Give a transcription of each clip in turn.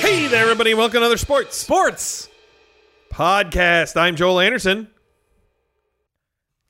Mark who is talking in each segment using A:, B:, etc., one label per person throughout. A: Hey there, everybody. Welcome to another sports
B: Sports.
A: podcast. I'm Joel Anderson.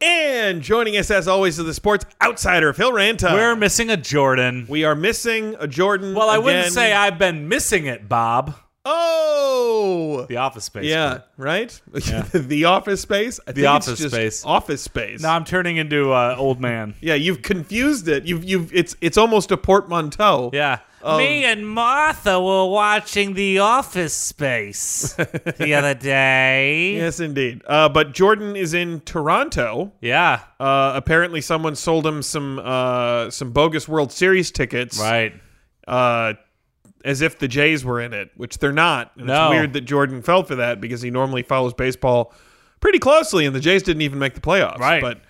A: And joining us, as always, is the sports outsider, Phil Ranta.
B: We're missing a Jordan.
A: we are missing a Jordan.
B: Well, I wouldn't
A: again.
B: say I've been missing it, Bob.
A: Oh!
B: The Office Space.
A: Yeah,
B: book.
A: right? the office space? I think it's
B: Office
A: just
B: Space.
A: Office space.
B: No, I'm turning into uh, old man.
A: yeah, you've confused it. You've, you've, it's, it's almost a portmanteau.
B: Yeah.
A: Um,
B: Me and Martha were watching The Office Space the other day.
A: Yes, indeed. Uh, but Jordan is in Toronto.
B: Yeah.
A: Uh, apparently, someone sold him some uh, some bogus World Series tickets,
B: Right.
A: uh, as if the Jays were in it, which they're not. And
B: No.
A: It's weird that Jordan fell for that because he normally follows baseball pretty closely, and the Jays didn't even make the playoffs.
B: Right.
A: But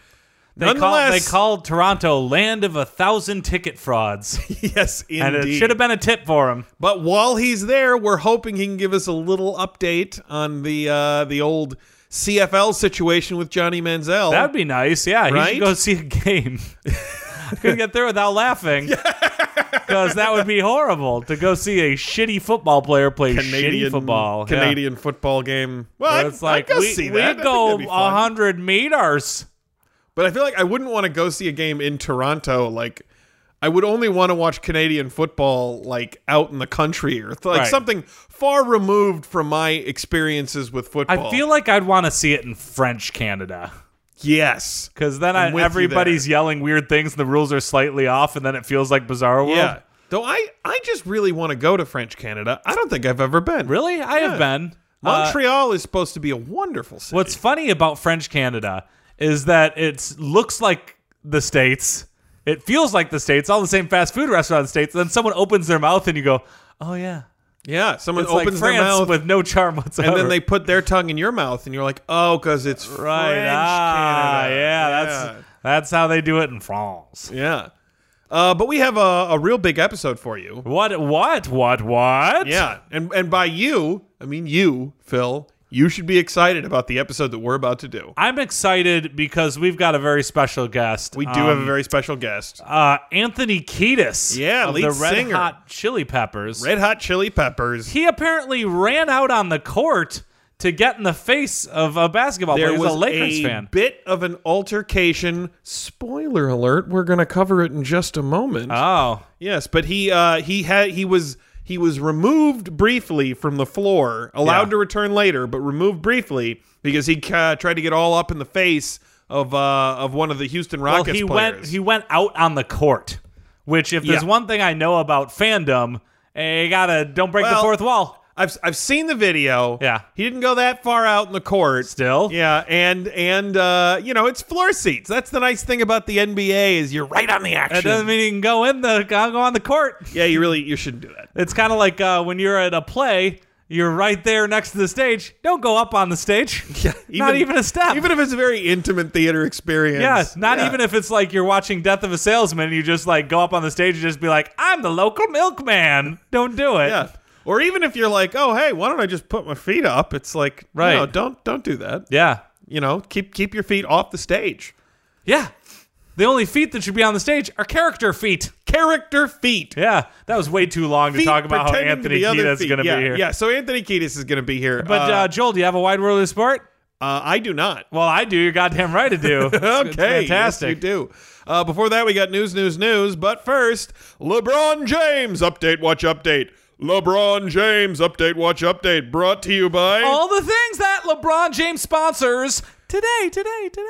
B: They, call,
A: nonetheless,
B: they called Toronto Land of a Thousand Ticket Frauds.
A: yes, indeed.
B: and it should have been a tip for him.
A: But while he's there, we're hoping he can give us a little update on the uh, the old CFL situation with Johnny Manziel.
B: That'd be nice. Yeah, he
A: Right?
B: should go see a game. I couldn't get through without laughing because that would be horrible to go see a shitty football player play shitty football. Yeah.
A: Canadian football game. Well,
B: Where
A: I,
B: it's like
A: I'd go
B: we,
A: see
B: we
A: that. I
B: go
A: think that'd be fun.
B: hundred meters.
A: but I feel like I wouldn't want to go see a game in Toronto. Like, I would only want to watch Canadian football like out in the country or th- like
B: Right.
A: something far removed from my experiences with football.
B: I feel like I'd want to see it in French Canada
A: yes,
B: because then
A: I'm
B: I,
A: with you
B: everybody's yelling weird things and the rules are slightly off, and then it feels like Bizarro World.
A: yeah. Though I, I just really want to go to French Canada. I don't think I've ever been.
B: Really, I have been. Uh,
A: Montreal is supposed to be a wonderful city.
B: What's funny about French Canada is that it looks like the states. It feels like the states, all the same fast food restaurant states. Then someone opens their mouth and you go, "Oh yeah."
A: yeah, someone
B: It's like
A: opens their
B: France
A: mouth
B: with no charm whatsoever.
A: and then they put their tongue in your mouth, and you're like, oh, because it's
B: right,
A: French
B: ah,
A: Canada.
B: yeah, that's that's how they do it in France.
A: yeah. Uh, but we have a, a real big episode for you.
B: What? What? What? What?
A: Yeah, and and by you, I mean you, Phil. You should be excited about the episode that we're about to do.
B: I'm excited because we've got a very special guest.
A: We do
B: Um,
A: have a very special guest,
B: uh, Anthony Kiedis.
A: Yeah,
B: of
A: lead
B: the Red
A: singer.
B: Hot Chili Peppers.
A: Red Hot Chili Peppers.
B: he apparently ran out on the court to get in the face of a basketball
A: There
B: player. He
A: was
B: was a Lakers
A: a
B: fan.
A: bit of an altercation. Spoiler alert: We're going to cover it in just a moment.
B: Oh,
A: Yes, but he uh, he had he was he was removed briefly from the floor, allowed
B: Yeah.
A: to return later, but removed briefly because he uh, tried to get all up in the face of uh, of one of the Houston
B: well,
A: Rockets
B: he
A: players.
B: went. He went out on the court. Which, if there's
A: Yeah.
B: one thing I know about fandom, eh, you gotta don't break
A: Well-
B: the fourth wall.
A: I've I've seen the video.
B: Yeah.
A: he didn't go that far out in the court.
B: Still,
A: Yeah, and and uh, you know it's floor seats. That's the nice thing about the NBA is you're right on the action.
B: that doesn't mean you can go in the go on the court.
A: yeah, you really you shouldn't do that.
B: It's kind of like uh, when you're at a play. You're right there next to the stage. Don't go up on the stage. not even a step.
A: Even if it's a very intimate theater experience.
B: Yeah, not
A: Yeah.
B: even if it's like you're watching Death of a Salesman and you just like go up on the stage and just be like, I'm the local milkman. Don't do it.
A: Yeah. Or even if you're like, oh hey, why don't I just put my feet up? It's like,
B: Right.
A: no, don't don't do that.
B: Yeah.
A: You know, keep keep your feet off the stage.
B: Yeah. The only feet that should be on the stage are character feet.
A: Character feet.
B: Yeah. That was way too long to
A: Feet
B: talk about how
A: pretending
B: Anthony
A: be other
B: Kiedis is
A: feet.
B: going to
A: yeah,
B: be here.
A: Yeah, so Anthony Kiedis is going to be here.
B: But uh,
A: uh,
B: Joel, do you have a wide world of sport?
A: uh, I do not.
B: Well, I do. You're goddamn right I do. It's- it's
A: Okay,
B: fantastic.
A: Yes, you do. Uh, before that, we got news, news, news. But first, LeBron James update. Watch update. LeBron James update. Watch update. Brought to you by
B: All the things that LeBron James sponsors today, today, today. today.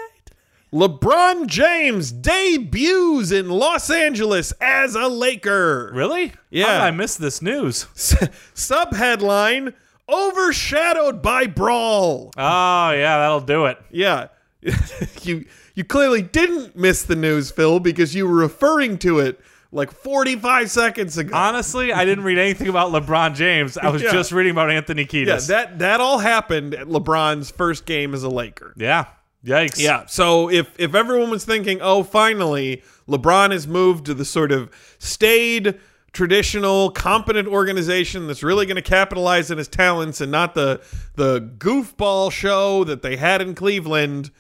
A: LeBron James debuts in Los Angeles as a Laker.
B: Really?
A: Yeah.
B: How did I missed this news.
A: Sub headline overshadowed by brawl.
B: Oh, yeah, that'll do it.
A: Yeah. you you clearly didn't miss the news, Phil, because you were referring to it like 45 seconds ago.
B: Ah, Honestly, I didn't read anything about LeBron James. I was
A: Yeah.
B: just reading about Anthony
A: yeah,
B: Kiedis.
A: that that all happened at LeBron's first game as a Laker.
B: Yeah. Yikes.
A: Yeah. So if if everyone was thinking, oh, finally, LeBron has moved to the sort of staid traditional, competent organization that's really going to capitalize on his talents and not the the goofball show that they had in Cleveland.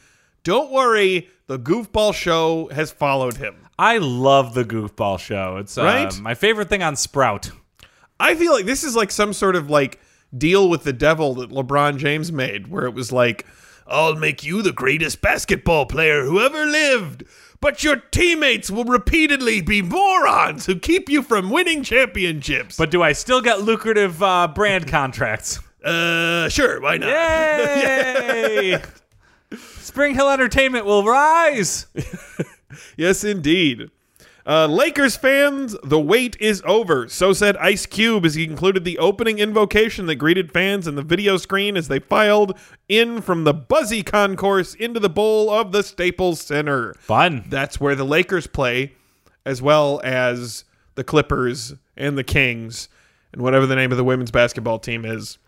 A: Don't worry, the goofball show has followed him.
B: I love the goofball show. It's uh,
A: Right?
B: my favorite thing on Sprout.
A: I feel like this is like some sort of like deal with the devil that LeBron James made, where it was like, I'll make you the greatest basketball player who ever lived, but your teammates will repeatedly be morons who keep you from winning championships.
B: But do I still get lucrative uh, brand contracts?
A: uh, sure, why not?
B: Yay! Spring Hill Entertainment will rise.
A: Yes, indeed. Uh, Lakers fans, the wait is over. So said Ice Cube as he concluded the opening invocation that greeted fans in the video screen as they filed in from the buzzy concourse into the bowl of the Staples Center.
B: Fun.
A: That's where the Lakers play, as well as the Clippers and the Kings, and whatever the name of the women's basketball team is.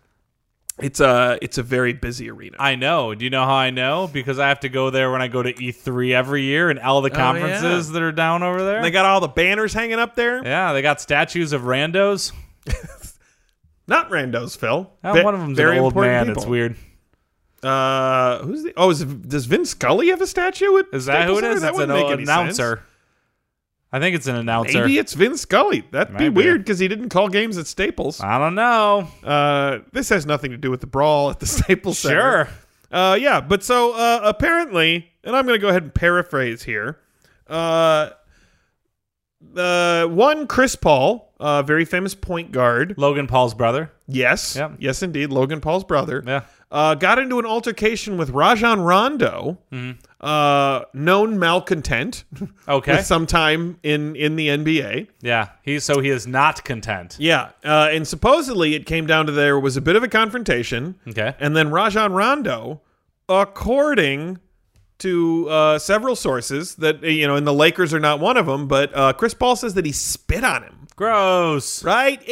A: It's a it's a very busy arena.
B: I know. Do you know how I know? Because I have to go there when I go to E3 every year and all the
A: Oh,
B: conferences that are down over there.
A: They got all the banners hanging up there.
B: yeah, they got statues of randos.
A: Not randos, Phil.
B: Oh,
A: Ve-
B: one of them's
A: very
B: an old
A: important
B: man.
A: people.
B: It's weird.
A: Uh, who's the? Oh, is, does Vin Scully have a statue? At
B: Is that who
A: Staples
B: it is?
A: Center? That
B: That's an
A: wouldn't
B: o-
A: make any
B: announcer.
A: sense.
B: I think it's an announcer.
A: Maybe it's Vin Scully. That'd be
B: Might be.
A: weird because he didn't call games at Staples.
B: I don't know.
A: Uh, this has nothing to do with the brawl at the Staples Center.
B: Sure.
A: Uh, yeah, but so uh, apparently, and I'm going to go ahead and paraphrase here. Uh, uh, one Chris Paul, uh, very famous point guard.
B: Logan Paul's brother.
A: Yes,
B: Yep.
A: yes, indeed, Logan Paul's brother.
B: Yeah.
A: uh, got into an altercation with Rajon Rondo, uh, known malcontent,
B: Okay.
A: with some time in in the NBA.
B: yeah. He so he is not content.
A: Yeah, uh, and supposedly it came down to there was a bit of a confrontation,
B: Okay.
A: and then Rajon Rondo, according to uh, several sources that you know, and the Lakers are not one of them, but uh, Chris Paul says that he spit on him.
B: Gross.
A: Right?
B: Keep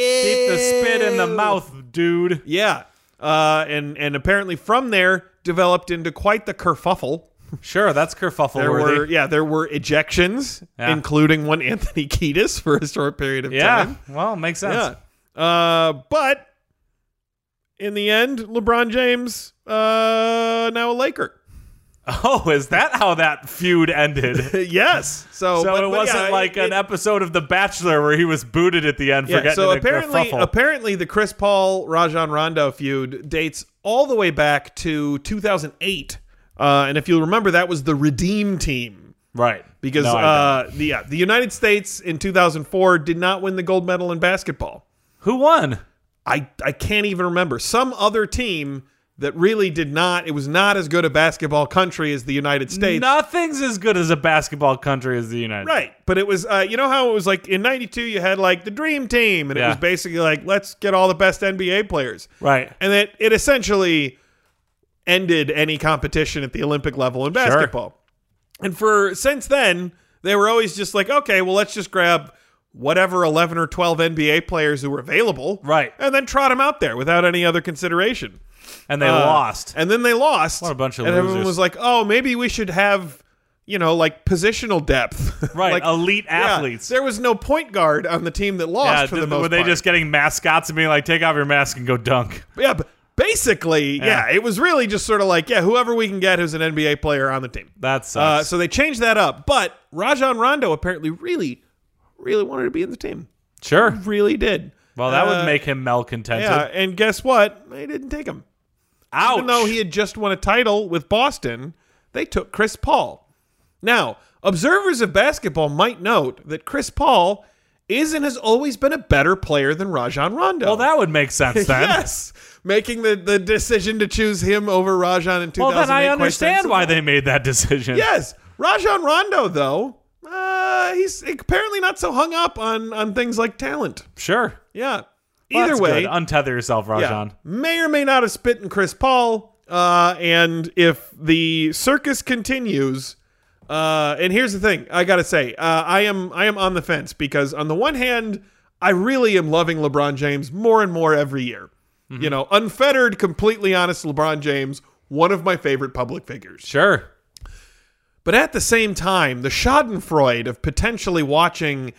B: the spit in the
A: Ew.
B: mouth, dude.
A: Yeah. Uh, and and apparently from there developed into quite the kerfuffle.
B: Sure, that's kerfuffle
A: There
B: worthy.
A: were yeah, there were ejections,
B: Yeah.
A: including one Anthony Kiedis for a short period of
B: yeah.
A: time.
B: Well, makes sense.
A: Yeah. Uh, but in the end, LeBron James uh, now a Laker.
B: Oh, is that how that feud ended? so
A: yes. So, but-
B: it
A: but
B: wasn't
A: yeah,
B: like
A: it-
B: an episode of The Bachelor where he was booted at the end for
A: Yeah,
B: getting
A: so
B: in a
A: apparently,
B: kerfuffle.
A: apparently, the Chris Paul Rajon Rondo feud dates all the way back to 2008, uh, and if you remember, that was the Redeem Team
B: right.
A: because
B: No, I don't.
A: uh, the yeah, the United States in 2004 did not win the gold medal in basketball.
B: who won?
A: I I can't even remember some other team that really did not. It was not as good a basketball country as the United States.
B: Nothing's as good as a basketball country as the United States.
A: Right, but it was uh, you know how it was like in '92 you had like the dream team, and it
B: Yeah.
A: was basically like let's get all the best NBA players,
B: Right.
A: and it it essentially ended any competition at the Olympic level in basketball. And for since then, they were always just like, okay, well let's just grab whatever 11 or 12 NBA players who were available,
B: Right.
A: and then trot them out there without any other consideration.
B: And they
A: Uh,
B: lost.
A: And then they lost.
B: What a bunch of
A: and everyone
B: losers.
A: was like, oh, maybe we should have, you know, like positional depth.
B: Right.
A: like,
B: elite
A: yeah,
B: athletes.
A: there was no point guard on the team that lost
B: Yeah,
A: for the
B: th-
A: most
B: were they
A: part.
B: just getting mascots and being like, take off your mask and go dunk?
A: yeah, but basically, yeah. it was really just sort of like, yeah, whoever we can get who's an NBA player on the team.
B: That
A: Uh,
B: sucks.
A: so they changed that up. But Rajon Rondo apparently really, really wanted to be in the team.
B: sure.
A: Really did.
B: Well, that
A: Uh,
B: would make him malcontented.
A: Yeah, and guess what? They didn't take him.
B: Ouch.
A: Even though he had just won a title with Boston, they took Chris Paul. Now, observers of basketball might note that Chris Paul is and has always been a better player than Rajon Rondo.
B: well, that would make sense then.
A: yes, making the, the decision to choose him over Rajon in 2008.
B: Well, then I
A: quite
B: understand
A: sensible.
B: why they made that decision.
A: Yes, Rajon Rondo though, uh, he's apparently not so hung up on on things like talent.
B: Sure.
A: Yeah.
B: Well,
A: Either
B: that's
A: way,
B: good. untether yourself,
A: Yeah.
B: Rajan.
A: May or may not have spit in Chris Paul. Uh, and if the circus continues, uh, and here's the thing, I gotta say, uh, I am I am on the fence because on the one hand, I really am loving LeBron James more and more every year. You know, unfettered, completely honest LeBron James, one of my favorite public figures.
B: Sure.
A: But at the same time, the Schadenfreude of potentially watching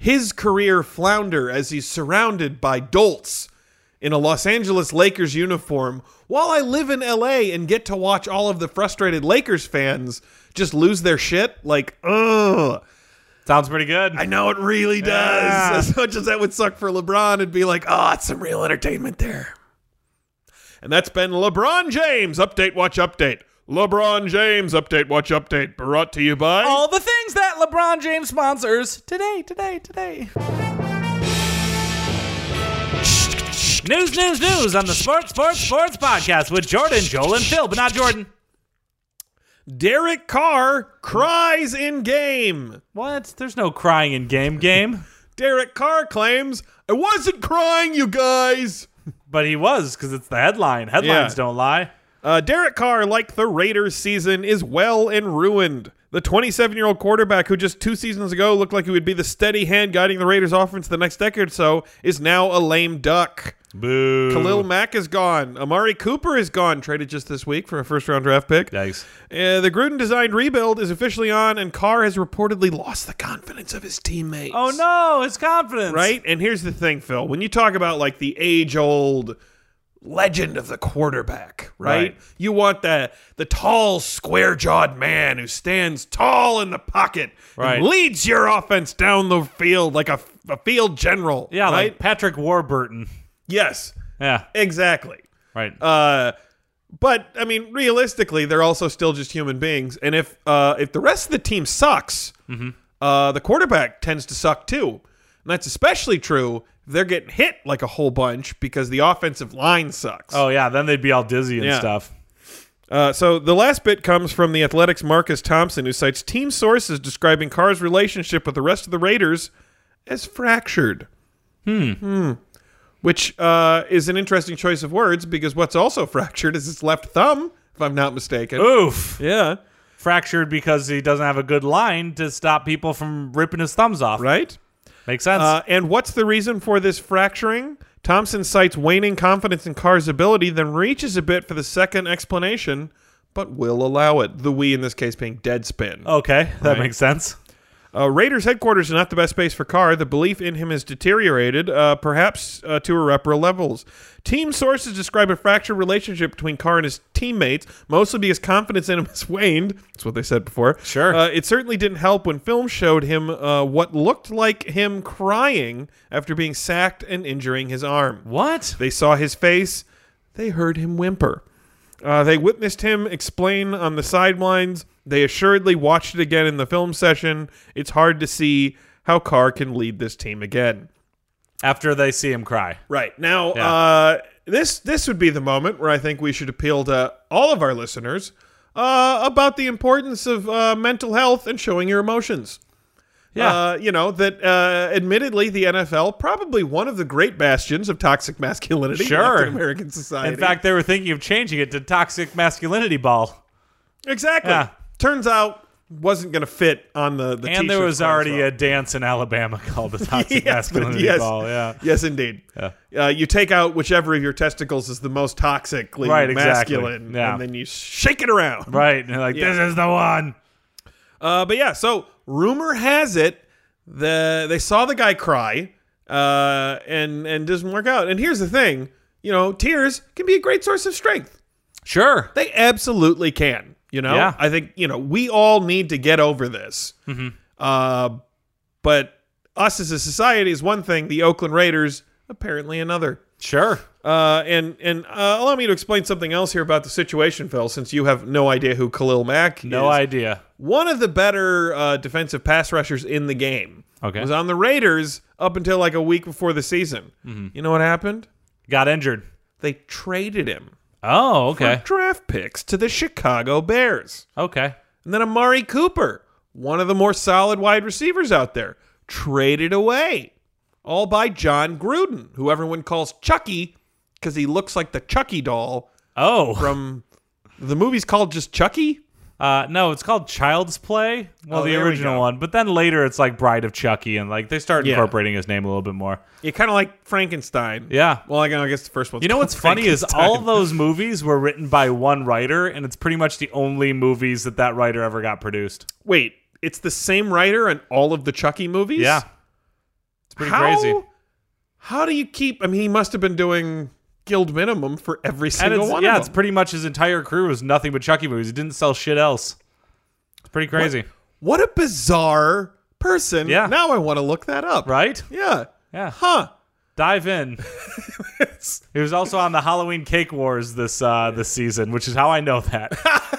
A: his career flounder as he's surrounded by dolts in a Los Angeles Lakers uniform while I live in LA and get to watch all of the frustrated Lakers fans just lose their shit? Like, ugh.
B: Sounds pretty good.
A: I know it really does.
B: Yeah.
A: As much as that would suck for LeBron, it'd be like, oh, it's some real entertainment there. And that's been LeBron James Update Watch Update. LeBron James Update Watch Update brought to you by.
B: all the things that LeBron James sponsors today, today, today. News, news, news on the Sports, Sports, Sports podcast with Jordan, Joel, and Phil, but not Jordan.
A: Derek Carr cries in game.
B: What? There's no crying in game, game.
A: Derek Carr claims, I wasn't crying, you guys.
B: But he was because it's the headline. Headlines
A: Yeah.
B: don't lie.
A: Uh, Derek Carr, like the Raiders season, is well and ruined. The 27 year old quarterback who just two seasons ago looked like he would be the steady hand guiding the Raiders offense the next decade or so is now a lame duck.
B: Boo.
A: Khalil Mack is gone. Amari Cooper is gone, traded just this week for a first round draft pick.
B: Yikes.
A: Uh, the Gruden designed rebuild is officially on, and Carr has reportedly lost the confidence of his teammates.
B: Oh no, his confidence.
A: Right? And here's the thing, Phil. When you talk about like the age old legend of the quarterback, right?
B: Right.
A: You want the the tall, square jawed man who stands tall in the pocket
B: Right.
A: and leads your offense down the field like a, a field general.
B: Yeah,
A: right?
B: like Patrick Warburton.
A: yes,
B: Yeah.
A: exactly.
B: Right.
A: Uh, but I mean, realistically, they're also still just human beings, and if uh, if the rest of the team sucks, uh, the quarterback tends to suck too, and that's especially true if they're getting hit like a whole bunch because the offensive line sucks.
B: oh yeah, then they'd be all dizzy and
A: Yeah.
B: stuff.
A: Uh, so the last bit comes from the Athletics' Marcus Thompson, who cites team sources describing Carr's relationship with the rest of the Raiders as fractured. Hmm. Which uh, is an interesting choice of words because what's also fractured is his left thumb, if I'm not mistaken.
B: Oof.
A: Oh, Yeah.
B: Fractured because he doesn't have a good line to stop people from ripping his thumbs off.
A: Right?
B: Makes sense.
A: Uh, and what's the reason for this fracturing? Thompson cites waning confidence in Carr's ability, then reaches a bit for the second explanation, but will allow it. The we in this case being Deadspin.
B: okay, that makes sense.
A: Uh, Raiders headquarters is not the best space for Carr. The belief in him has deteriorated, uh, perhaps uh, to irreparable levels. Team sources describe a fractured relationship between Carr and his teammates, mostly because confidence in him has waned. That's what they said before.
B: Sure.
A: Uh, it certainly didn't help when film showed him uh, what looked like him crying after being sacked and injuring his arm.
B: What?
A: They saw his face. They heard him whimper. Uh, they witnessed him explain on the sidelines. They assuredly watched it again in the film session. It's hard to see how Carr can lead this team again.
B: After they see him cry.
A: Right now,
B: Yeah.
A: uh, this this would be the moment where I think we should appeal to all of our listeners uh, about the importance of uh, mental health and showing your emotions.
B: Yeah.
A: Uh, you know, that uh, admittedly, the NFL, probably one of the great bastions of toxic masculinity
B: Sure.
A: left in American society.
B: In fact, they were thinking of changing it to toxic masculinity ball.
A: exactly.
B: Yeah.
A: Turns out, wasn't going to fit on the, the
B: And there
A: t-shirt
B: was
A: quite as
B: already
A: well.
B: a dance in Alabama called the
A: Yes,
B: toxic
A: but
B: masculinity
A: yes.
B: ball. Yeah.
A: Yes, indeed. Uh, you take out whichever of your testicles is the most toxically
B: Right, exactly.
A: masculine,
B: Yeah.
A: and then you shake it around.
B: Right. And they're like,
A: Yeah.
B: this is the one.
A: Uh, but yeah, so rumor has it the they saw the guy cry, uh, and and doesn't work out. And here's the thing, you know, tears can be a great source of strength.
B: Sure.
A: They absolutely can. You know,
B: Yeah. Mm-hmm.
A: I think you know we all need to get over this. Uh, but us as a society is one thing. The Oakland Raiders apparently another.
B: Sure.
A: Uh, and and uh, allow me to explain something else here about the situation, Phil, since you have no idea who Khalil Mack is
B: No idea.
A: one of the better uh, defensive pass rushers in the game.
B: Okay.
A: Was on the Raiders up until like a week before the season.
B: Mm-hmm.
A: You know what happened?
B: Got injured.
A: They traded him
B: Oh,
A: for
B: okay.
A: draft picks to the Chicago Bears.
B: Okay.
A: And then Amari Cooper, one of the more solid wide receivers out there, traded away. All by John Gruden, who everyone calls Chucky because he looks like the Chucky doll
B: Oh.
A: from the movie's called just Chucky.
B: Uh, no, it's called Child's Play. Well,
A: Oh,
B: the
A: there we
B: original
A: go.
B: one. But then later it's like Bride of Chucky and like they start
A: Yeah.
B: incorporating his name a little bit more.
A: Yeah, kind of like Frankenstein.
B: Yeah.
A: Well, I guess the first one.
B: You know what's funny is all those movies were written by one writer, and it's pretty much the only movies that that writer ever got produced.
A: Wait, it's the same writer in all of the Chucky movies?
B: Yeah. pretty
A: how,
B: crazy.
A: How do you keep? I mean, he must have been doing guild minimum for every
B: And
A: single
B: it's,
A: one
B: yeah,
A: of
B: it's
A: them.
B: pretty much his entire career was nothing but Chucky movies. He didn't sell shit else. It's pretty crazy,
A: what a bizarre person.
B: Yeah.
A: Now I want to look that up.
B: right?
A: Yeah.
B: Yeah.
A: Huh.
B: Dive in. he was also on the Halloween Cake Wars this uh, this season, which is how I know that.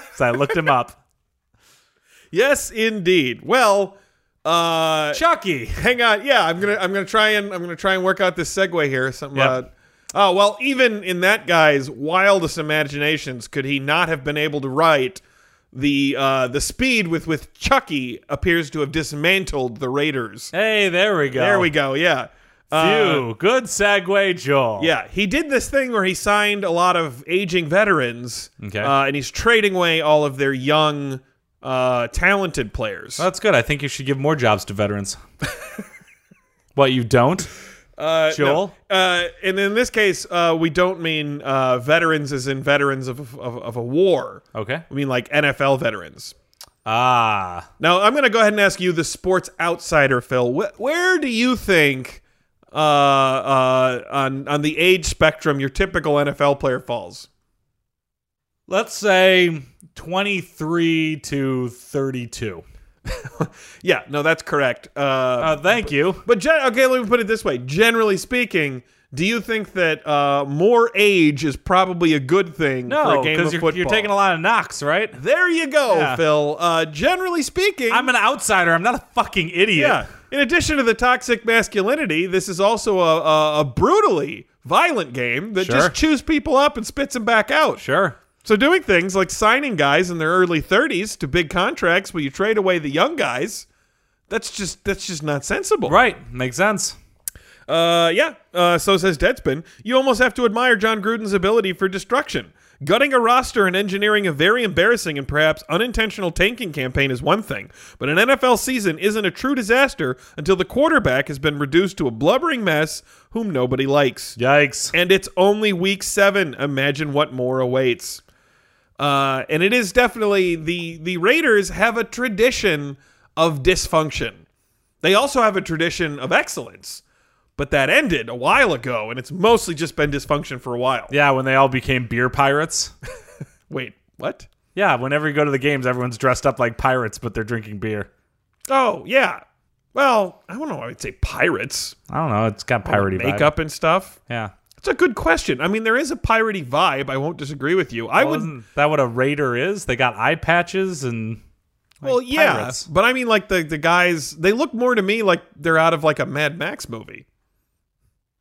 B: so I looked him up.
A: Yes, indeed. Well, uh,
B: Chucky.
A: hang on. Yeah, I'm gonna I'm gonna try and I'm gonna try and work out this segue here. Something
B: Yep.
A: about. Oh well, even in that guy's wildest imaginations, could he not have been able to write the uh, the speed with with Chucky appears to have dismantled the Raiders.
B: Hey, there we go.
A: There we go. Yeah. Uh,
B: Phew. Good segue, Joel.
A: yeah, he did this thing where he signed a lot of aging veterans,
B: Okay.
A: uh, and he's trading away all of their young, uh, talented players.
B: That's good. I think you should give more jobs to veterans. what, you don't?
A: Uh, no.
B: Joel?
A: Uh, and in this case, uh, we don't mean uh, veterans as in veterans of, of, of a war.
B: Okay.
A: We mean like NFL veterans.
B: Ah.
A: Now, I'm going to go ahead and ask you, the sports outsider, Phil, wh- where do you think uh, uh, on, on the age spectrum your typical NFL player falls?
B: Let's say 23 to 32.
A: Yeah, no, that's correct. Uh,
B: Uh, thank you.
A: but gen- okay, let me put it this way. Generally speaking, do you think that uh, more age is probably a good thing for
B: No,
A: a game of
B: because you're,
A: football?
B: you're taking a lot of knocks, right?
A: There you go,
B: Yeah.
A: Phil. Uh, generally speaking,
B: I'm an outsider. I'm not a fucking idiot.
A: yeah. In addition to the toxic masculinity, this is also a, a, a brutally violent game that
B: Sure.
A: just chews people up and spits them back out.
B: Sure.
A: So doing things like signing guys in their early 30s to big contracts where you trade away the young guys, that's just that's just not sensible.
B: Right. Makes sense.
A: Uh, yeah. Uh, so says Deadspin. You almost have to admire John Gruden's ability for destruction. Gutting a roster and engineering a very embarrassing and perhaps unintentional tanking campaign is one thing, but an NFL season isn't a true disaster until the quarterback has been reduced to a blubbering mess whom nobody likes.
B: Yikes.
A: And it's only week seven. Imagine what more awaits. Uh, and it is definitely the the Raiders have a tradition of dysfunction. They also have a tradition of excellence, but that ended a while ago, and it's mostly just been dysfunction for a while.
B: Yeah, when they all became beer pirates.
A: Wait, what?
B: yeah, whenever you go to the games, everyone's dressed up like pirates, but they're drinking beer.
A: Oh yeah. Well, I don't know. I would say pirates,
B: I don't know. It's got piratey vibe.
A: makeup and stuff.
B: Yeah.
A: It's a good question. I mean, there is a piratey vibe. I won't disagree with you. I would
B: Wasn't that what a raider is? They got eye patches and
A: Well, yeah,
B: pirates.
A: but I mean, like the the guys, they look more to me like they're out of like a Mad Max movie.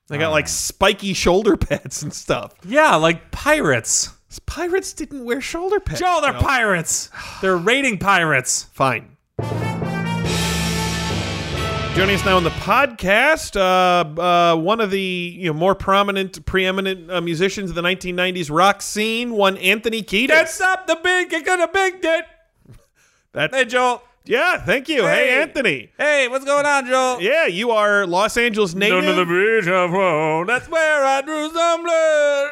A: They
B: Oh,
A: got like spiky shoulder pads and stuff.
B: yeah, like pirates.
A: Pirates didn't wear shoulder pads.
B: Joe, they're
A: No.
B: pirates. They're raiding pirates.
A: Fine. Joining us now on the podcast, uh, uh, one of the you know more prominent, preeminent uh, musicians of the 1990s rock scene, one Anthony Kiedis.
B: up the big, get the big dit.
A: That's-
B: Joel.
A: yeah, thank you. Hey,
B: Hey.
A: Anthony.
B: Hey, what's going on, Joel?
A: Yeah, you are Los Angeles native.
B: Down to the beach, I've flown. That's where I drew some blood.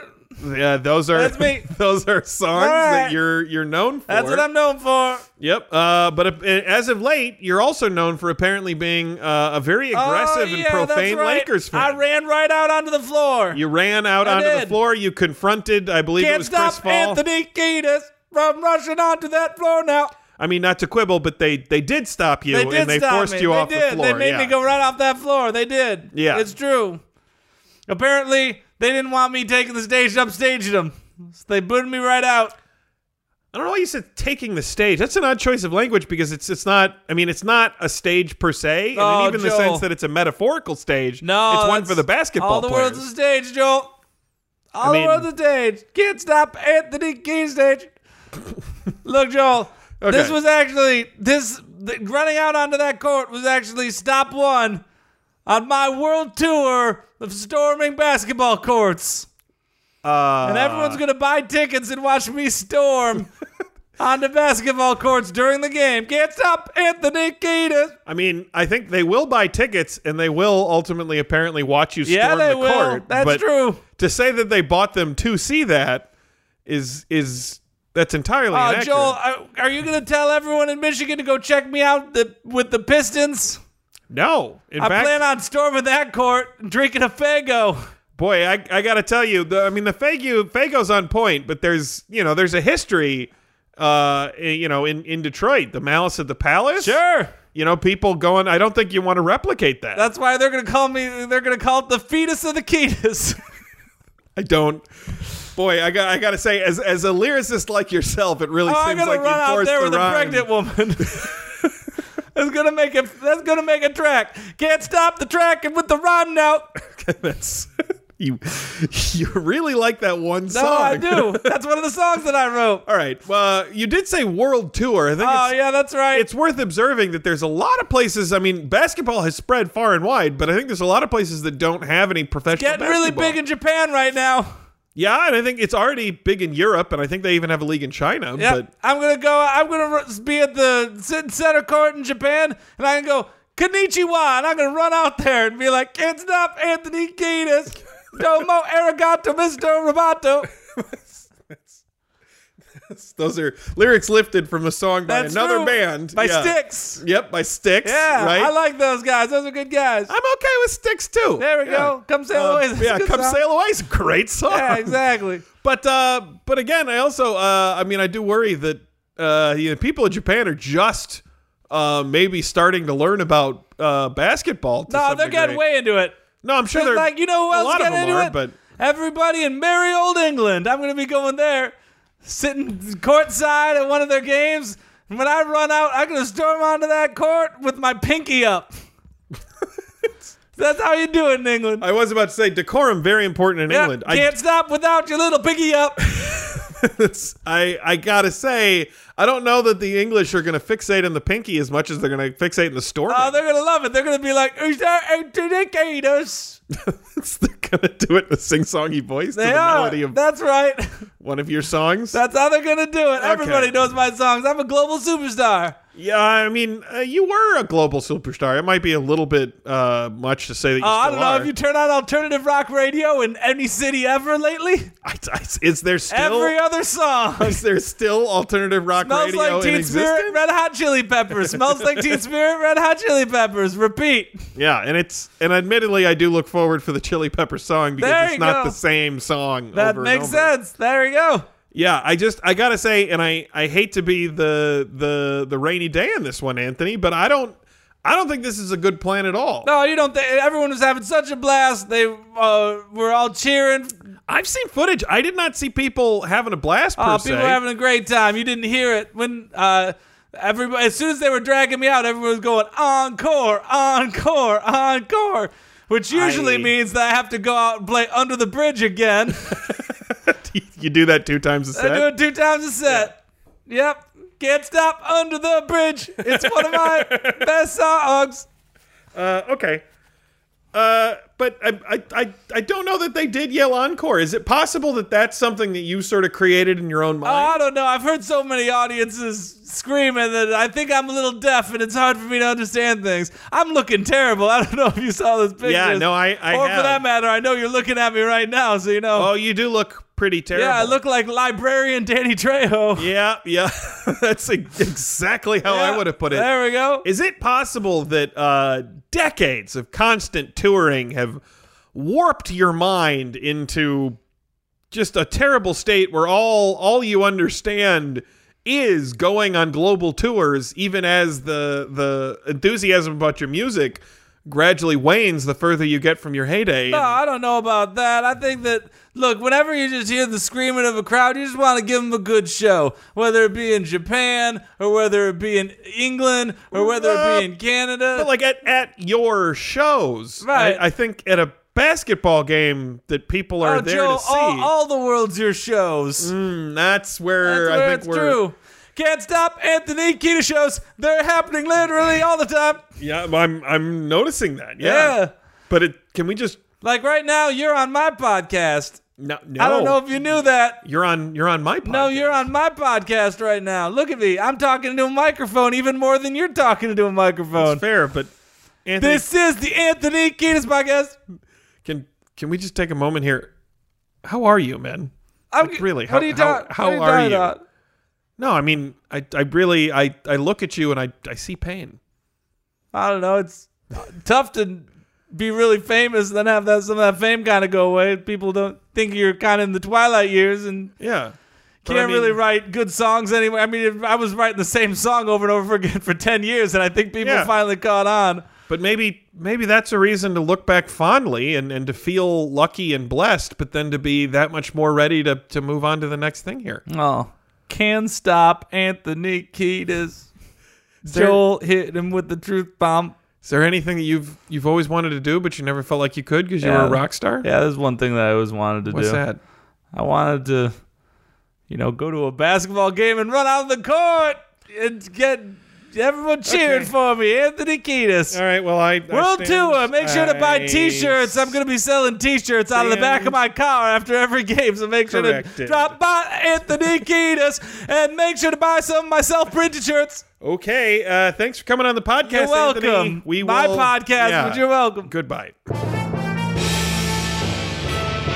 A: Yeah, those are
B: That's me.
A: those are songs that
B: Alright.
A: you're you're known for.
B: That's what I'm known for.
A: Yep. Uh, but uh, as of late, you're also known for apparently being uh, a very aggressive
B: Oh,
A: and
B: yeah, that's
A: profane
B: right.
A: Lakers fan.
B: I ran right out onto the floor.
A: you ran out onto the
B: did.
A: floor. You confronted, I believe it
B: Can't
A: was
B: stop
A: Chris Paul.
B: Anthony Kiedis from rushing onto that floor now.
A: I mean, not to quibble, but they they did stop you
B: They did
A: and they
B: stop
A: forced
B: me.
A: you
B: they
A: off
B: did.
A: the floor.
B: They made
A: yeah.
B: me go right off that floor. They did.
A: Yeah.
B: it's true. Apparently, they didn't want me taking the stage upstaging them. So they booted me right out.
A: I don't know why you said taking the stage. That's an odd choice of language because it's it's not. I mean, it's not a stage per se, and
B: Oh,
A: even in the
B: Joel.
A: sense that it's a metaphorical stage.
B: No,
A: it's one
B: that's-
A: for the basketball
B: All the
A: players.
B: world's a stage, Joel. All
A: mean-
B: the world's a stage. Can't stop Anthony Key stage. Look, Joel.
A: Okay.
B: This was actually this th- running out onto that court was actually stop one on my world tour of storming basketball courts,
A: Uh,
B: and everyone's gonna buy tickets and watch me storm. onto basketball courts during the game. Can't stop Anthony Kiedis.
A: I mean, I think they will buy tickets and they will ultimately apparently watch you storm
B: Yeah, they
A: the
B: will.
A: court.
B: That's
A: but
B: true.
A: To say that they bought them to see that is is that's entirely
B: Uh,
A: inaccurate.
B: Joel, are, are you going to tell everyone in Michigan to go check me out the, with the Pistons?
A: No, in
B: I
A: fact,
B: plan on storming that court and drinking a Fago.
A: boy, I, I gotta tell you, the, I mean, the Fagu Fago's on point, but there's you know there's a history, uh, you know, in in Detroit, the Malice at the Palace.
B: Sure.
A: you know, people going. I don't think you want to replicate that.
B: That's why they're gonna call me. They're gonna call it the fetus of the ketus.
A: I don't. Boy, I got I gotta say, as as a lyricist like yourself, it really
B: I'm
A: seems
B: gonna
A: like
B: Oh, run
A: you
B: out
A: forced
B: there with
A: the
B: a
A: rhyme.
B: pregnant woman. that's gonna make it. That's gonna make a track. Can't stop the track and with the run out.
A: That's you. You really like that one
B: No,
A: song.
B: Oh, I do. That's one of the songs that I wrote.
A: All right. Well, you did say world tour. I think
B: Oh
A: it's,
B: yeah, that's right.
A: it's worth observing that there's a lot of places. I mean, basketball has spread far and wide, but I think there's a lot of places that don't have any professional.
B: getting really
A: basketball.
B: big in Japan right now.
A: yeah, and I think it's already big in Europe, and I think they even have a league in China.
B: Yeah,
A: But
B: I'm gonna go. I'm gonna r- be at the c- center court in Japan, and I can go Konnichiwa, and I'm gonna run out there and be like, "Can't stop Anthony Kiedis, Domo Arigato, Mr. Roboto."
A: those are lyrics lifted from a song by
B: That's
A: another
B: true.
A: band.
B: by
A: Yeah.
B: Sticks.
A: Yep, by Sticks.
B: Yeah,
A: right.
B: I like those guys. Those are good guys.
A: I'm okay with Sticks too.
B: There we
A: Yeah.
B: go. Come sail
A: Uh,
B: away. That's a
A: yeah,
B: good
A: come
B: song.
A: sail away. It's a great song.
B: Yeah, exactly.
A: But uh, but again, I also uh, I mean, I do worry that uh, you know, people in Japan are just uh, maybe starting to learn about uh, basketball. to
B: No,
A: some
B: they're getting
A: degree.
B: way into it.
A: No, I'm sure
B: Just
A: they're
B: like you know who
A: a
B: else
A: lot of
B: got
A: them
B: into
A: are,
B: it?
A: but
B: Everybody in merry old England. I'm gonna be going there, sitting courtside at one of their games. And when I run out, I'm gonna storm onto that court with my pinky up. That's how you do it in England.
A: I was about to say decorum very important in
B: Yeah,
A: Uh, England. I,
B: can't stop without your little pinky up.
A: I I gotta say I don't know that the English are gonna fixate in the pinky as much as they're gonna fixate in the storm.
B: Oh, they're gonna love it. They're gonna be like, "Who's there educators?"
A: they're gonna do it in a sing-songy voice to
B: They
A: the
B: are.
A: melody of
B: That's right.
A: one of your songs.
B: That's how they're gonna do it. Everybody knows my songs. I'm a global superstar.
A: Yeah, I mean, uh, you were a global superstar. It might be a little bit uh, much to say that you
B: Oh, I
A: still
B: don't know
A: are.
B: if you turn on alternative rock radio in any city ever lately.
A: I, I- is there still
B: Every other song
A: is there still alternative rock
B: smells
A: radio
B: like
A: in
B: Teen Spirit,
A: existence?
B: Red Hot Chili Peppers. smells like Teen Spirit, Red Hot Chili Peppers. Repeat.
A: yeah, and it's and admittedly, I do look forward for the Chili Pepper song because
B: There
A: it's
B: you
A: not
B: go.
A: the same song.
B: That
A: over and
B: makes
A: over.
B: sense. There we go.
A: Yeah, I just I gotta say, and I I hate to be the the the rainy day in this one, Anthony, but I don't I don't think this is a good plan at all.
B: No, you don't think everyone was having such a blast. They uh, were all cheering.
A: I've seen footage. I did not see people having a blast per
B: Uh,
A: se.
B: people were having a great time. You didn't hear it when uh, everybody. As soon as they were dragging me out, everyone was going encore, encore, encore, which usually
A: I-
B: means that I have to go out and play Under the Bridge again.
A: you do that two times a set.
B: I do it two times a set. Yep. Can't stop under the bridge. It's one of my best songs.
A: Uh, okay. Uh, but I, I, I, I don't know that they did yell encore. Is it possible that that's something that you sort of created in your own
B: Oh,
A: mind?
B: I don't know. I've heard so many audiences screaming that I think I'm a little deaf and it's hard for me to understand things. I'm looking terrible. I don't know if you saw this picture.
A: Yeah, no, I- I
B: Or
A: have.
B: for that matter, I know you're looking at me right now, so you know.
A: oh, you do look pretty terrible.
B: yeah, I look like librarian Danny Trejo.
A: Yeah, yeah. that's e- exactly how I
B: Yeah,
A: would have put it. Is
B: There we go.
A: it possible that uh, decades of constant touring have warped your mind into just a terrible state where all all you understand is going on global tours even as the the enthusiasm about your music gradually wanes the further you get from your heyday
B: No, Oh, I don't know about that. I think that look, whenever you just hear the screaming of a crowd, you just want to give them a good show, whether it be in Japan or whether it be in England or whether it be in Canada.
A: but like at, at your shows
B: Right.
A: I, I think at a basketball game that people are
B: Oh,
A: there
B: Joe,
A: to see
B: all, all the world's your shows.
A: Mm, that's where
B: That's
A: i
B: where
A: think
B: it's
A: we're
B: true. Can't stop Anthony Kiedis shows. They're happening literally all the time.
A: yeah i'm i'm noticing that yeah,
B: Yeah.
A: but it can we just
B: Like right now, you're on my podcast.
A: no, no
B: I don't know if you knew that.
A: you're on you're on my podcast.
B: No, you're on my podcast right now. Look at me. I'm talking into a microphone even more than you're talking into a microphone.
A: It's fair, but Anthony,
B: This is the Anthony Kiedis podcast.
A: can can we just take a moment here? How are you, man?
B: I'm,
A: Like, really,
B: what
A: how-
B: are you
A: how-
B: talking?
A: how
B: what are you
A: are
B: talking
A: you?
B: about?
A: No, I mean, I I really I I look at you and I I see pain.
B: I don't know. It's tough to be really famous and then have that some of that fame kind of go away. People don't think you're kind of in the twilight years and
A: Yeah. But
B: can't
A: I mean-
B: really write good songs anymore. I mean, if I was writing the same song over and over again for ten years, and I think people
A: Yeah.
B: finally caught on.
A: But maybe maybe that's a reason to look back fondly and, and to feel lucky and blessed, but then to be that much more ready to, to move on to the next thing here.
B: Oh, can stop Anthony Kiedis.
A: there-
B: Joel hit him with the truth bomb.
A: Is there anything that you've you've always wanted to do but you never felt like you could because you were
B: Yeah.
A: a rock star?
B: Yeah, that's one thing that I always wanted to
A: What's
B: do.
A: that?
B: I wanted to, you know, go to a basketball game and run out on the court and get everyone cheered
A: Okay.
B: for me. Anthony Kiedis.
A: All right, well I
B: World tour. Make sure to buy T-shirts. I'm going to be selling T-shirts out of the back of
A: stand
B: my car after every game. So make sure to
A: corrected.
B: drop by Anthony Kiedis and make sure to buy some of my self-printed shirts.
A: Okay, uh, thanks for coming on the podcast.
B: You're welcome.
A: Anthony. We
B: my
A: will-
B: podcast,
A: yeah.
B: but you're welcome.
A: Goodbye.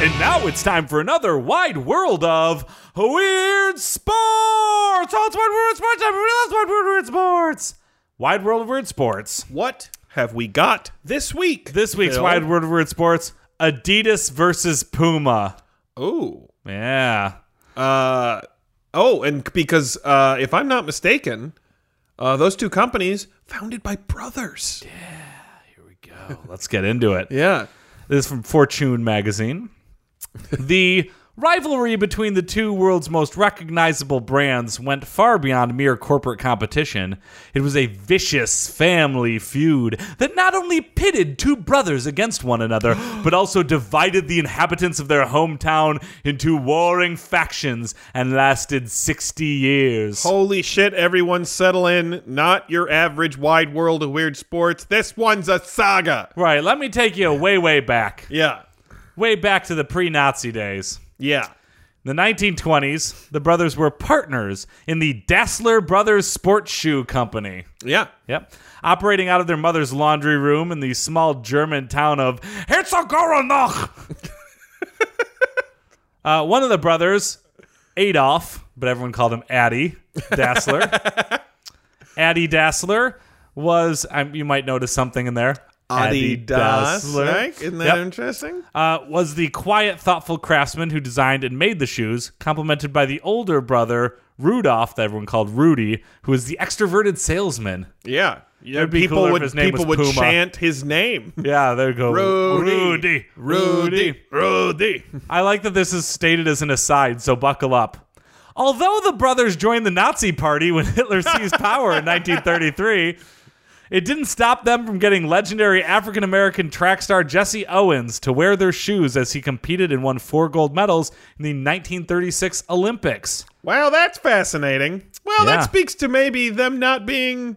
B: And now it's time for another wide world of weird sports. Oh, it's wide world of sports. Everybody loves wide world of weird sports. Wide world of weird sports.
A: What have we got this week?
B: This week's
A: Phil?
B: wide world of weird sports: Adidas versus Puma.
A: Oh.
B: Yeah.
A: Uh, oh, and because uh, if I'm not mistaken, uh, those two companies founded by brothers.
B: Let's get into it.
A: Yeah.
B: This is from Fortune magazine. the rivalry between the two world's most recognizable brands went far beyond mere corporate competition. It was a vicious family feud that not only pitted two brothers against one another, but also divided the inhabitants of their hometown into warring factions and lasted 60 years.
A: Holy shit, everyone settle in. Not your average wide world of weird sports. This one's a saga.
B: Right, let me take you way, way back.
A: Yeah.
B: Way back to the pre Nazi days.
A: Yeah.
B: In the 1920s, the brothers were partners in the Dassler Brothers Sports Shoe Company.
A: Yeah.
B: Yep. Operating out of their mother's laundry room in the small German town of Herzogenaurach. uh, one of the brothers, Adolf, but everyone called him Addy Dassler. Addy Dassler was, um, you might notice something in there.
A: Right? Isn't that
B: Yep
A: interesting?
B: uh, was the quiet, thoughtful craftsman who designed and made the shoes, complemented by the older brother, Rudolph, that everyone called Rudy, who was the extroverted salesman.
A: Yeah. Yeah,
B: be
A: people
B: cooler if
A: would
B: his name
A: people
B: was
A: would
B: Puma.
A: chant his name.
B: Yeah, there you go.
A: Rudy.
B: Rudy.
A: Rudy. Rudy.
B: I like that this is stated as an aside, so buckle up. Although the brothers joined the Nazi party when Hitler seized power in 1933, it didn't stop them from getting legendary African American track star Jesse Owens to wear their shoes as he competed and won four gold medals in the 1936 Olympics.
A: Wow, that's fascinating. Well,
B: Yeah.
A: that speaks to maybe them not being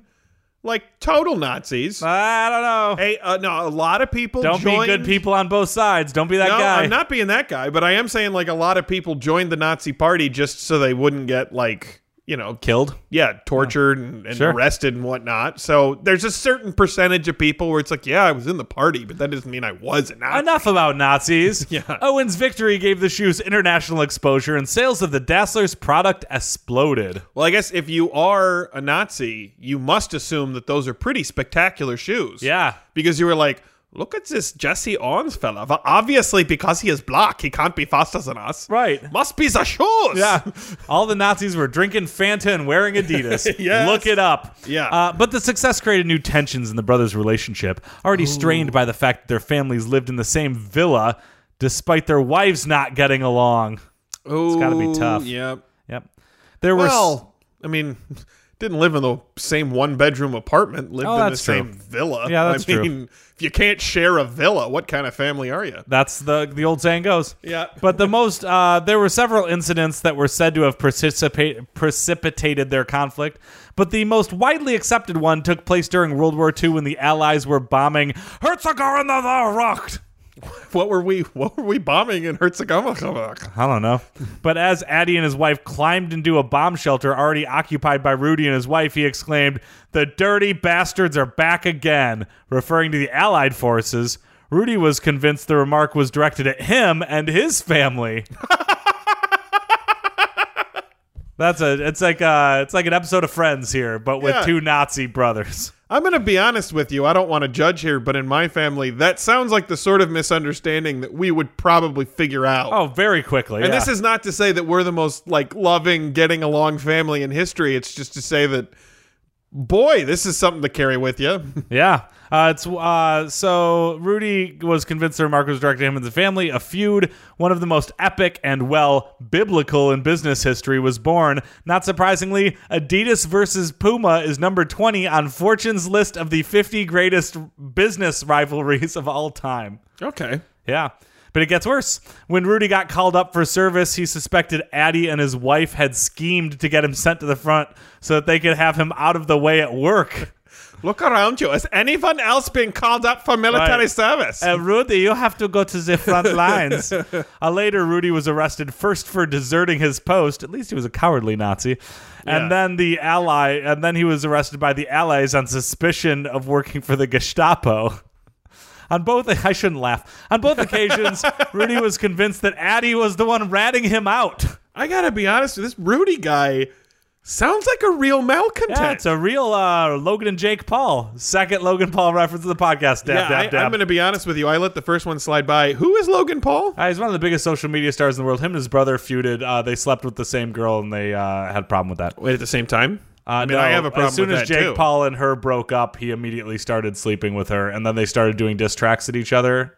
A: like total Nazis.
B: I don't know.
A: hey, uh, no, a lot of people
B: don't
A: joined,
B: be good people on both sides. Don't be that
A: No,
B: guy.
A: I'm not being that guy, but I am saying like a lot of people joined the Nazi party just so they wouldn't get like you know
B: killed. Oh.
A: yeah tortured and, and
B: Sure.
A: arrested and whatnot. So there's a certain percentage of people where it's like yeah I was in the party, but that doesn't mean I was a Nazi.
B: Enough about Nazis.
A: Yeah.
B: Owen's victory gave the shoes international exposure, and sales of the Dassler's product exploded.
A: Well, I guess if you are a Nazi, you must assume that those are pretty spectacular shoes.
B: Yeah.
A: because you were like, look at this Jesse Owens fella. But obviously, because he is black, he can't be faster than us.
B: Right.
A: Must be the shoes.
B: All the Nazis were drinking Fanta and wearing Adidas.
A: Yes.
B: Look it up.
A: Yeah.
B: Uh, but the success created new tensions in the brothers' relationship, already strained by the fact that their families lived in the same villa despite their wives not getting along.
A: it's
B: gotta be tough.
A: Yeah.
B: Yep. There were. s-
A: Well, I mean, didn't live in the same one bedroom apartment, lived
B: Oh,
A: in the
B: that's true.
A: same villa.
B: Yeah, that's
A: I
B: true.
A: mean, if you can't share a villa, what kind of family are you?
B: That's the the old saying goes.
A: Yeah.
B: But the most uh, there were several incidents that were said to have precipitate, precipitated their conflict, but the most widely accepted one took place during World War II when the Allies were bombing Herzegovina.
A: What were we what were we bombing in Herzegovina?
B: I don't know. But as Addy and his wife climbed into a bomb shelter already occupied by Rudy and his wife, he exclaimed, The dirty bastards are back again, referring to the Allied forces. Rudy was convinced the remark was directed at him and his family. That's a it's like uh it's like an episode of Friends here, but with
A: Yeah.
B: two Nazi brothers.
A: I'm going to be honest with you. I don't want to judge here, but in my family, that sounds like the sort of misunderstanding that we would probably figure out.
B: Oh, very quickly.
A: And
B: yeah.
A: this is not to say that we're the most like loving, getting along family in history. It's just to say that, boy, this is something to carry with you.
B: Yeah. Uh, it's uh, so Rudy was convinced that Mark was directing him and the family. A feud, one of the most epic and well biblical in business history, was born. Not surprisingly, Adidas versus Puma is number twenty on Fortune's list of the fifty greatest business rivalries of all time.
A: okay.
B: Yeah. But it gets worse. When Rudy got called up for service, he suspected Addie and his wife had schemed to get him sent to the front so that they could have him out of the way at work.
A: Look around you. Has anyone else been called up for military
B: Right.
A: service?
B: Uh, Rudy, you have to go to the front lines. uh, later, Rudy was arrested first for deserting his post. At least he was a cowardly Nazi.
A: Yeah.
B: And then the ally, and then he was arrested by the allies on suspicion of working for the Gestapo. On both, I shouldn't laugh. On both occasions, Rudy was convinced that Addie was the one ratting him out.
A: I gotta be honest. This Rudy guy sounds like a real malcontent.
B: Yeah, it's a real uh, Logan and Jake Paul. Second Logan Paul reference to the podcast. Dab,
A: Yeah,
B: dab,
A: I,
B: dab.
A: I'm gonna be honest with you. I let the first one slide by. Who is Logan Paul?
B: Uh, he's one of the biggest social media stars in the world. Him and his brother feuded. Uh, they slept with the same girl, and they uh, had a problem with that.
A: Wait, at the same time.
B: Uh,
A: I mean, I have a problem
B: As soon
A: with
B: as
A: that
B: Jake
A: too.
B: Paul and her broke up, he immediately started sleeping with her, and then they started doing diss tracks at each other,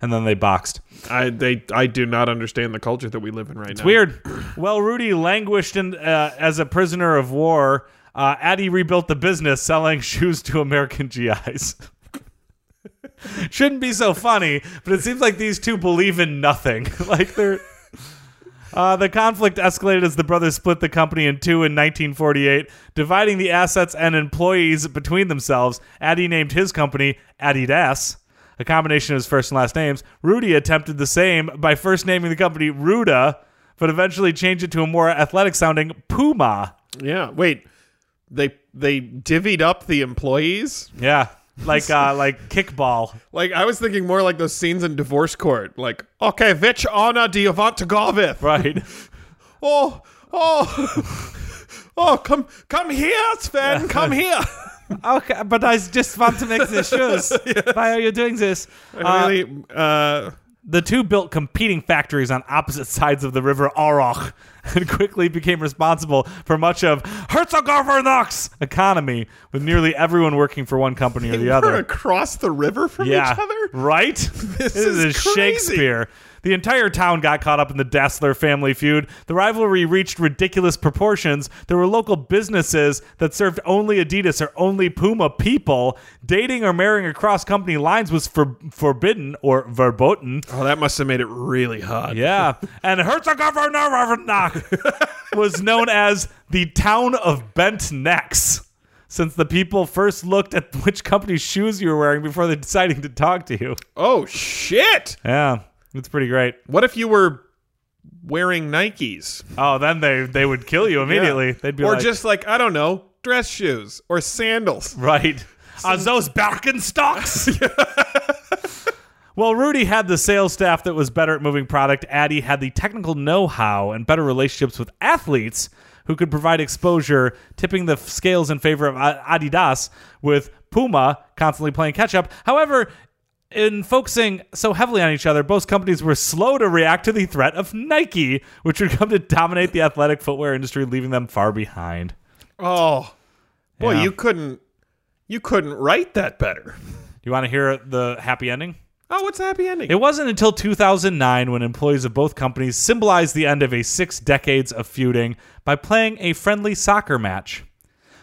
B: and then they boxed.
A: I they I do not understand the culture that we live in right now.
B: Weird. Well, Rudy languished in, uh, as a prisoner of war. Uh, Addy rebuilt the business selling shoes to American GIs. Shouldn't be so funny, but it seems like these two believe in nothing. like they're. Uh, the conflict escalated as the brothers split the company in two in 1948, dividing the assets and employees between themselves. Addy named his company Adidas, a combination of his first and last names. Rudy attempted the same by first naming the company Ruda, but eventually changed it to a more athletic sounding Puma.
A: Yeah. Wait. They they divvied up the employees.
B: Yeah, like uh, like kickball.
A: Like I was thinking more like those scenes in divorce court. Like, okay, which honor do you want to go with?
B: Right.
A: Oh, oh, oh, come come here, Sven, come here.
B: okay, but I just want to make the shoes. Why are you doing this?
A: really, uh,
B: The two built competing factories on opposite sides of the river Aroch and quickly became responsible for much of Herzegovina's economy, with nearly everyone working for one company or the
A: we're
B: other.
A: across the river from
B: yeah,
A: each other.
B: right?
A: This is crazy.
B: Shakespeare. The entire town got caught up in the Dassler family feud. The rivalry reached ridiculous proportions. There were local businesses that served only Adidas or only Puma people. Dating or marrying across company lines was for- forbidden or verboten.
A: Oh, that must have made it really hot.
B: Yeah. And Herzegovina was known as the town of bent necks since the people first looked at which company's shoes you were wearing before they deciding to talk to you.
A: Oh shit!
B: Yeah. It's pretty great.
A: What if you were wearing Nikes?
B: Oh, then they they would kill you immediately.
A: Yeah.
B: They'd be
A: or
B: like,
A: just like I don't know, dress shoes or sandals.
B: Right. Are those Birkenstocks? well, Rudy had the sales staff that was better at moving product. Addy had the technical know how and better relationships with athletes who could provide exposure, tipping the f- scales in favor of A- Adidas, with Puma constantly playing catch up. However, in focusing so heavily on each other, both companies were slow to react to the threat of Nike, which would come to dominate the athletic footwear industry, leaving them far behind.
A: Oh, boy,
B: Yeah.
A: you couldn't you couldn't write that better.
B: Do you want to hear the happy ending?
A: Oh, what's the happy ending?
B: It wasn't until 2009 when employees of both companies symbolized the end of a six decades of feuding by playing a friendly soccer match.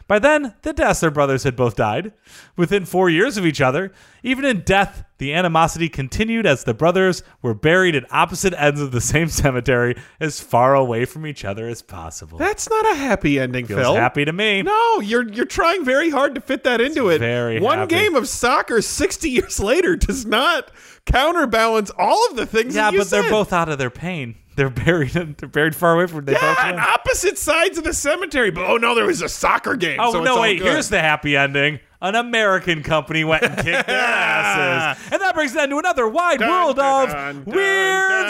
B: By then, the Dassler brothers had both died within four years of each other. Even in death, the animosity continued as the brothers were buried at opposite ends of the same cemetery, as far away from each other as possible.
A: That's not a happy ending,
B: Feels
A: Phil.
B: happy to me.
A: No, you're you're trying very hard to fit that into it.
B: very
A: One
B: happy.
A: game of soccer 60 years later does not counterbalance all of the things
B: yeah,
A: that you
B: but they're
A: said.
B: both out of their pain. They're buried. They're buried far away from. They both
A: on
B: went.
A: Ah, opposite sides of the cemetery. But oh no, there was a soccer game.
B: Oh
A: so it's
B: no!
A: all
B: Wait,
A: good.
B: here's the happy ending. An American company went and kicked their asses, and that brings us to another wide
A: Dun,
B: world
A: dun,
B: of
A: dun, dun,
B: weird
A: dun,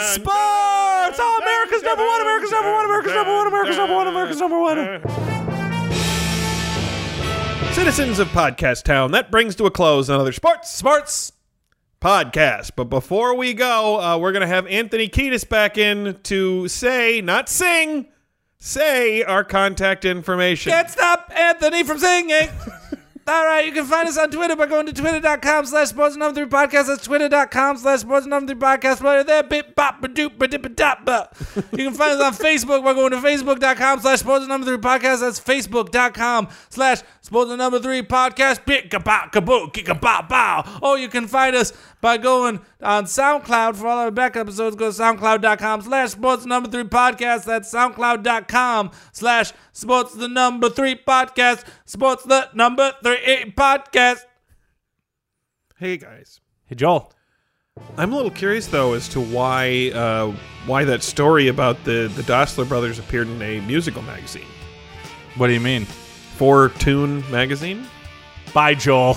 A: dun,
B: sports. oh, America's
A: dun,
B: number one! America's number
A: dun,
B: one! America's number one! America's number one! America's number one!
A: Citizens of Podcast Town, that brings to a close another sports
B: Smarts.
A: podcast. But before we go, uh, we're going to have Anthony Kiedis back in to say, not sing, say our contact information.
B: Can't stop Anthony from singing. All right, you can find us on Twitter by going to twitter.com slash sports number three podcast. That's twitter.com slash sports number three podcast. Right there, bit bop ba doop ba dip ba dop ba. You can find us on Facebook by going to facebook.com slash sports number three podcast. That's facebook.com slash sports number three podcast. Bit ka bop ka boo ki ka bop bow. Or you can find us by going on SoundCloud for all our back episodes. Go to soundcloud.com slash sports number three podcast. That's soundcloud.com slash sports the number three podcast. Sports the number three podcast.
A: hey, guys.
B: Hey, Joel.
A: I'm a little curious though as to why uh, why that story about the the Dossler brothers appeared in a musical magazine,
B: What do you mean?
A: Four Tune magazine.
B: Bye, Joel.